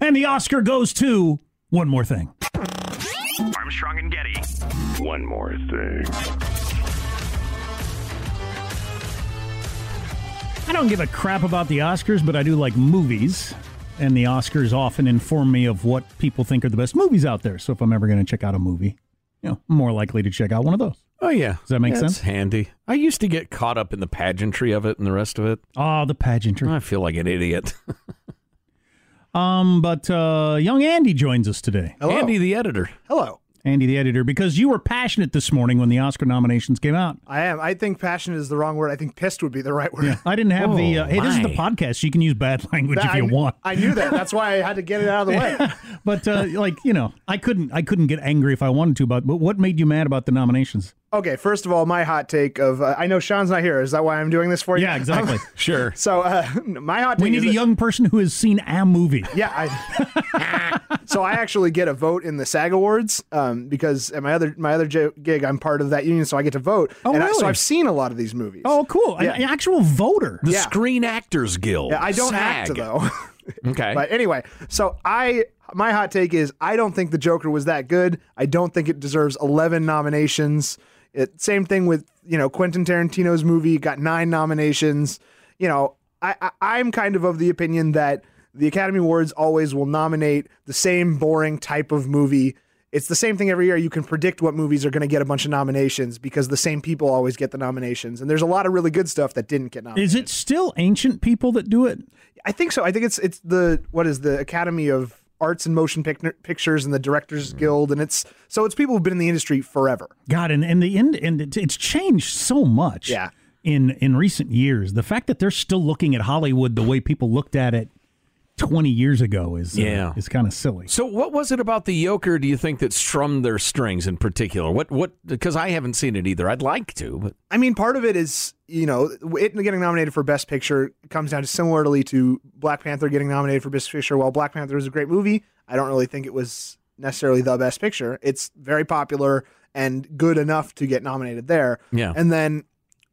And the Oscar goes to one more thing. Armstrong and Getty. One more thing. I don't give a crap about the Oscars, but I do like movies. And the Oscars often inform me of what people think are the best movies out there. So if I'm ever going to check out a movie, you know, I'm more likely to check out one of those. Oh yeah, Does that make That's sense? Handy. I used to get caught up in the pageantry of it and the rest of it. Ah, the pageantry. I feel like an idiot. Um, but uh, young Andy joins us today. Hello. Andy, the editor. Hello. Andy, the editor, because you were passionate this morning when the Oscar nominations came out. I am. I think passionate is the wrong word. I think pissed would be the right word. I didn't have the. Oh, Uh, hey, this is the my. podcast. you can use bad language That- if you I, want. I knew that. That's why I had to get it out of the way. but uh, like you know, I couldn't. I couldn't get angry if I wanted to. But but what made you mad about the nominations? Okay, first of all, my hot take of uh, I know Sean's not here. Is that why I'm doing this for you? Yeah, exactly. Sure. So uh, my hot take we is need a that- young person who has seen a movie. Yeah, I, so I actually get a vote in the SAG Awards um, because at my other my other j- gig, I'm part of that union, so I get to vote. Oh, and I, really? so I've seen a lot of these movies. Oh, cool! An, Yeah. an actual voter. The Yeah. Screen Actors Guild. yeah, I don't act SAG. though. Okay. But anyway, so I my hot take is I don't think the Joker was that good. I don't think it deserves 11 nominations. It, same thing with you know Quentin Tarantino's movie got nine nominations. You know I, I I'm kind of of the opinion that the Academy Awards always will nominate the same boring type of movie. It's the same thing every year. You can predict what movies are going to get a bunch of nominations because the same people always get the nominations. And there's a lot of really good stuff that didn't get nominated. Is it still ancient people that do it? I think so. I think it's it's the what is the Academy of Arts and Motion Pic- Pictures and the Directors Guild, and it's so it's people who've been in the industry forever. God, and, and the end, and it, it's changed so much. Yeah. In in recent years, the fact that they're still looking at Hollywood the way people looked at it twenty years ago is uh, Yeah. is kind of silly. So, what was it about the Yoker? Do you think that strummed their strings in particular? What what? Because I haven't seen it either. I'd like to, but I mean, part of it is you know it getting nominated for Best Picture comes down to similarly to Black Panther getting nominated for Best Picture. While Black Panther is a great movie, I don't really think it was necessarily the best picture. It's very popular and good enough to get nominated there. Yeah. and then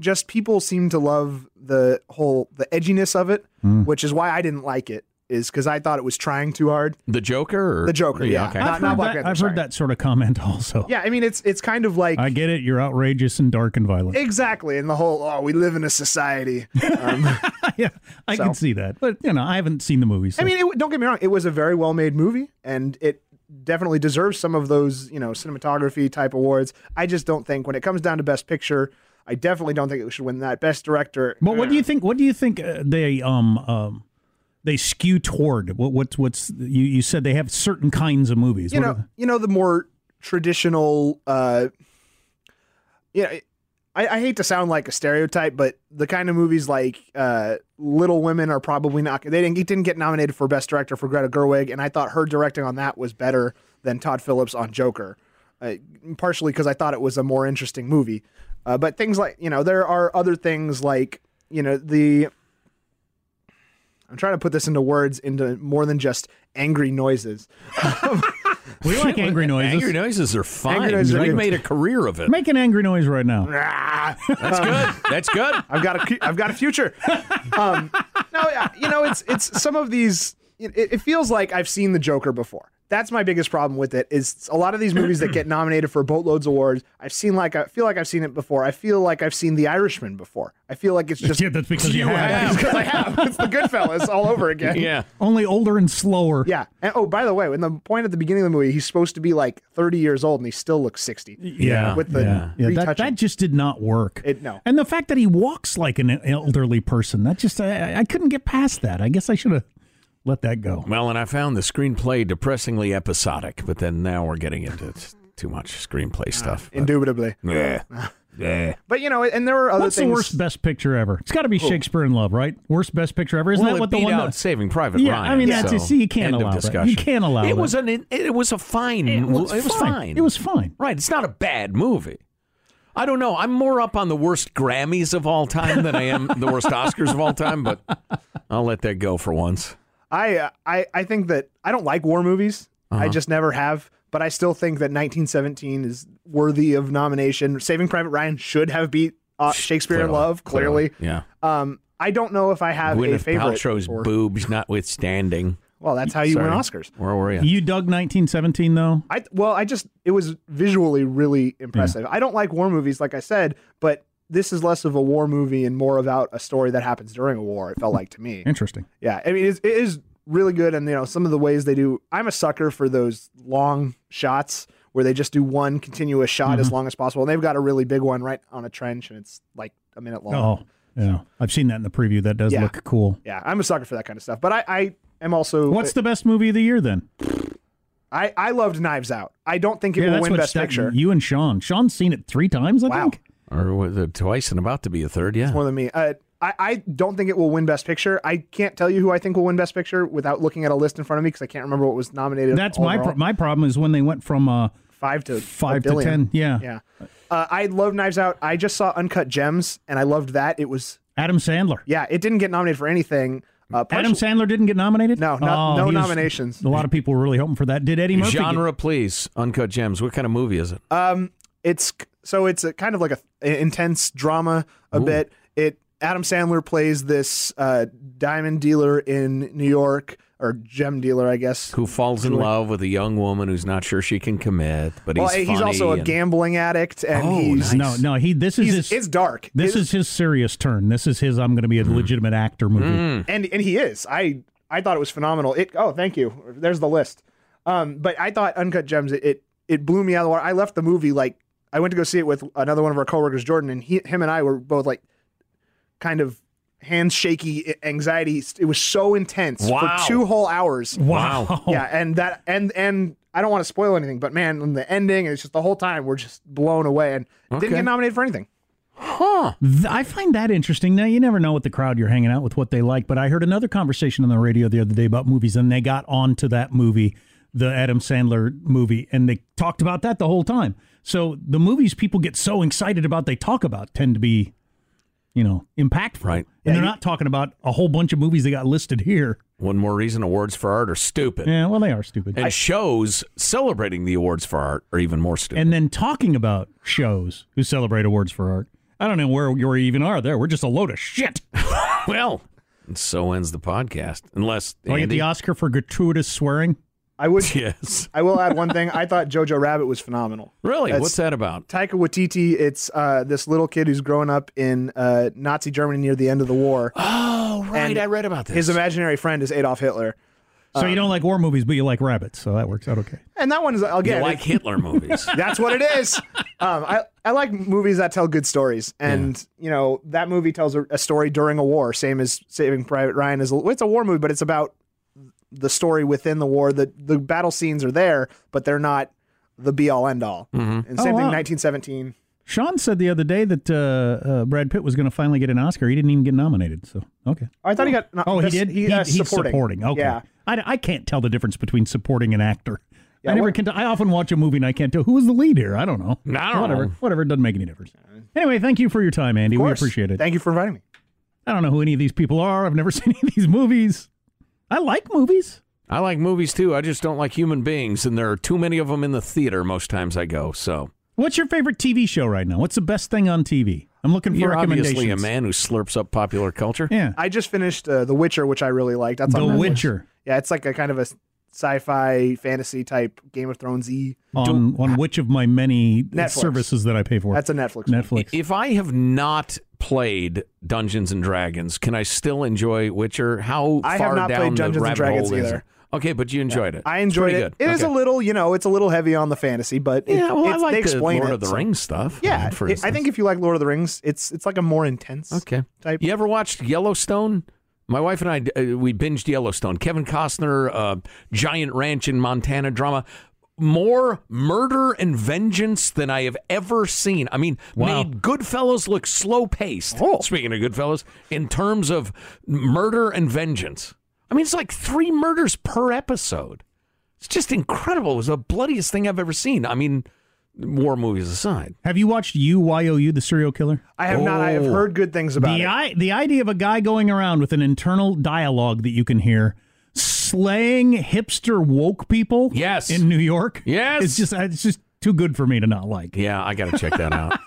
just people seem to love the whole the edginess of it, Hmm. which is why I didn't like it. Is because I thought it was trying too hard. the Joker. Or, The Joker, yeah. Okay. Not- I've, not heard, Black that, Panther, I've sorry. heard that sort of comment also. Yeah, I mean it's it's kind of like I get it. You're outrageous and dark and violent. exactly in the whole oh we live in a society. Um, yeah, I So- can see that. But you know, I haven't seen the movie. So. I mean, it, don't get me wrong, it was a very well made movie, and it definitely deserves some of those, you know, cinematography type awards. I just don't think when it comes down to Best Picture, I definitely don't think it should win that. Best Director, but what do you think? What do you think uh, they um um they skew toward? What what's what's you you said they have certain kinds of movies. you What know, are the- you know, the more traditional, uh, you know. I, I hate to sound like a stereotype, but the kind of movies like uh, Little Women are probably not. They didn't, it didn't get nominated for Best Director for Greta Gerwig, and I thought her directing on that was better than Todd Phillips on Joker, uh, partially because I thought it was a more interesting movie. Uh, but things like, you know, there are other things like, you know, the. I'm trying to put this into words, into more than just angry noises. we like angry noises. Angry noises are fine. Angry noises are you good. made a career of it. Make an angry noise right now. That's good. That's good. I've got a I've got a future. Um, no, yeah, you know it's it's some of these. It, it feels like I've seen the Joker before. That's my biggest problem with it. Is a lot of these movies that get nominated for boatloads of awards. I've seen like I feel like I've seen it before. I feel like I've seen The Irishman before. I feel like it's just yeah, that's because you, You have. have. because I have. It's the Goodfellas all over again. Yeah. only older and slower. Yeah. And, oh, by the way, in the point at the beginning of the movie, he's supposed to be like 30 years old and he still looks 60. Yeah, With the yeah, yeah, that, retouching. that just did not work. It- no. and the fact that he walks like an elderly person, that just I, I couldn't get past that. I guess I should have let that go. Well, and I found the screenplay depressingly episodic, but then now we're getting into t- too much screenplay stuff. but- Indubitably. Yeah. Yeah. But you know, and there were other What's things. the worst best picture ever? It's got to be Shakespeare in Love, right? Worst best picture ever. Isn't well, that it what the beat one? out that- Saving Private Yeah, Ryan. I mean, that's so it. See, you can't end of allow that. You discussion. can't allow it that. was an it, it was a fine. It was, fine. fine. It was fine. right. It's not a bad movie. I don't know. I'm more up on the worst Grammys of all time than I am the worst Oscars of all time, but I'll let that go for once. I uh, I I think that I don't like war movies. Uh-huh. I just never have. But I still think that 1917 is worthy of nomination. Saving Private Ryan should have beat uh, Shakespeare in Clearly. Love. Clearly. Yeah. Um, I don't know if I have a Gwyneth favorite. Paltrow's or- boobs notwithstanding. well, that's how you Sorry. win Oscars. Where were you? You dug 1917 though. I well, I just it was visually really impressive. I don't like war movies, like I said, but this is less of a war movie and more about a story that happens during a war. It felt like to me. Interesting. Yeah, I mean, it's, it is really good, and you know, some of the ways they do. I'm a sucker for those long shots where they just do one continuous shot Mm-hmm. as long as possible. And they've got a really big one right on a trench, and it's like a minute long. Oh, yeah. I've seen that in the preview. That does Yeah. look cool. Yeah, I'm a sucker for that kind of stuff. But I, I am also What's the best movie of the year then? I, I loved Knives Out. I don't think it yeah, will that's win what Best Stack- Picture. You and Sean. Sean's seen it three times. I Wow. think. Or was it twice and about to be a third? Yeah. More than me. Uh, I, I don't think it will win Best Picture. I can't tell you who I think will win Best Picture without looking at a list in front of me because I can't remember what was nominated. That's my overall. pro- my problem is when they went from uh, five to a five to billion. ten. Yeah. Yeah. Uh, I love Knives Out. I just saw Uncut Gems and I loved that. It was, Adam Sandler. yeah, it didn't get nominated for anything. Uh, Adam partially- Sandler didn't get nominated. No, not, Oh, no he was- nominations. A lot of people were really hoping for that. Did Eddie Murphy? get- Genre, please. Uncut Gems. What kind of movie is it? Um, it's so it's a kind of like a, a intense drama a bit. It Adam Sandler plays this uh, diamond dealer in New York or gem dealer, I guess. Who falls in love with a young woman who's not sure she can commit, but well, he's he's, funny also a and- gambling addict, and Oh, he's, No, no. He. This is he's his. it's dark. this It- is his serious turn. This is his. I'm going to be a legitimate actor movie. and and he is. I I thought it was phenomenal. It oh thank you. There's the list. Um, but I thought Uncut Gems it it, it blew me out of the water. I left the movie like I went to go see it with another one of our coworkers, Jordan, and he him and I were both like kind of hands shaky anxiety. It was so intense Wow. for two whole hours. Wow. Yeah, and that and and I don't want to spoil anything, but man, in the ending, it's just the whole time we're just blown away and Okay. didn't get nominated for anything. Huh. Th- I find that interesting. Now, you never know what the crowd you're hanging out with, what they like, but I heard another conversation on the radio the other day about movies, and they got onto that movie, the Adam Sandler movie, and they talked about that the whole time. So the movies people get so excited about, they talk about, tend to be, you know, impactful. Right. And they're not talking about a whole bunch of movies they got listed here. One more reason awards for art are stupid. Yeah, well, they are stupid. And shows celebrating the awards for art are even more stupid. and then talking about shows who celebrate awards for art. I don't know where you even are there. We're just a load of shit. well, and so ends the podcast. Unless Like at Andy- Oh, the Oscar for gratuitous swearing. I would. yes. I will add one thing. I thought Jojo Rabbit was phenomenal. Really? That's- What's that about? Taika Waititi. It's uh, this little kid who's growing up in uh, Nazi Germany near the end of the war. Oh, right. And I read about this. His imaginary friend is Adolf Hitler, So Um, you don't like war movies, but you like rabbits, so that works out okay. and that one is I'll you get. it. like Hitler movies. That's what it is. um, I I like movies that tell good stories, and you know that movie tells a, a story during a war, same as Saving Private Ryan is. A, it's a war movie, but it's about the story within the war. The the battle scenes are there, but they're not the be all end all. And same Oh, thing, wow. 1917. Sean said the other day that uh, uh, Brad Pitt was going to finally get an Oscar. He didn't even get nominated. So okay. Oh, I thought he got. no, Oh, he this- did. He, got he's supporting. Okay. Yeah. I, I can't tell the difference between supporting an actor. I never what- can. T- I often watch a movie and I can't tell who was the lead here. I don't know. I don't whatever. know. Whatever. It doesn't make any difference. Anyway, thank you for your time, Andy. Of We course. appreciate it. Thank you for inviting me. I don't know who any of these people are. I've never seen any of these movies. I like movies. I like movies too. I just don't like human beings, and there are too many of them in the theater most times I go. So What's your favorite TV show right now? What's the best thing on TV? I'm looking for you're recommendations. obviously a man who slurps up popular culture. Yeah. I just finished uh, The Witcher, which I really liked. That's on the Netflix. Witcher. Yeah, it's like a kind of a sci-fi fantasy type Game of Thrones e. on, on which of my many Netflix. services that I pay for. That's a Netflix. one. Netflix. If I have not played Dungeons and Dragons, can I still enjoy Witcher? How I have far not down played the Dungeons and rabbit Dragons hole is either. it? Okay, but you enjoyed it. I It's enjoyed pretty it. Good. It is a Okay. little, you know, it's a little heavy on the fantasy, but it- Yeah, well, I it's- they like the explain Lord it, of the so- Rings stuff. Yeah, for it- I instance. think if you like Lord of the Rings, it's it's like a more intense. Okay. type. You ever watched Yellowstone? My wife and I uh, we binged Yellowstone. Kevin Costner, uh, giant ranch in Montana drama. more murder and vengeance than I have ever seen. I mean, Wow. made Goodfellas look slow paced. Oh. Speaking of Goodfellas, in terms of murder and vengeance, I mean, it's like three murders per episode. It's just incredible. It was the bloodiest thing I've ever seen. I mean, war movies aside. Have you watched UYOU, the serial killer? I have not. I have Oh. heard good things about the it. I- the idea of a guy going around with an internal dialogue that you can hear slaying hipster woke people Yes. in New York. Yes. It's just it's just too good for me to not like. Yeah, I got to check that out.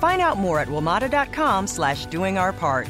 Find out more at WMATA.com slash doing our part.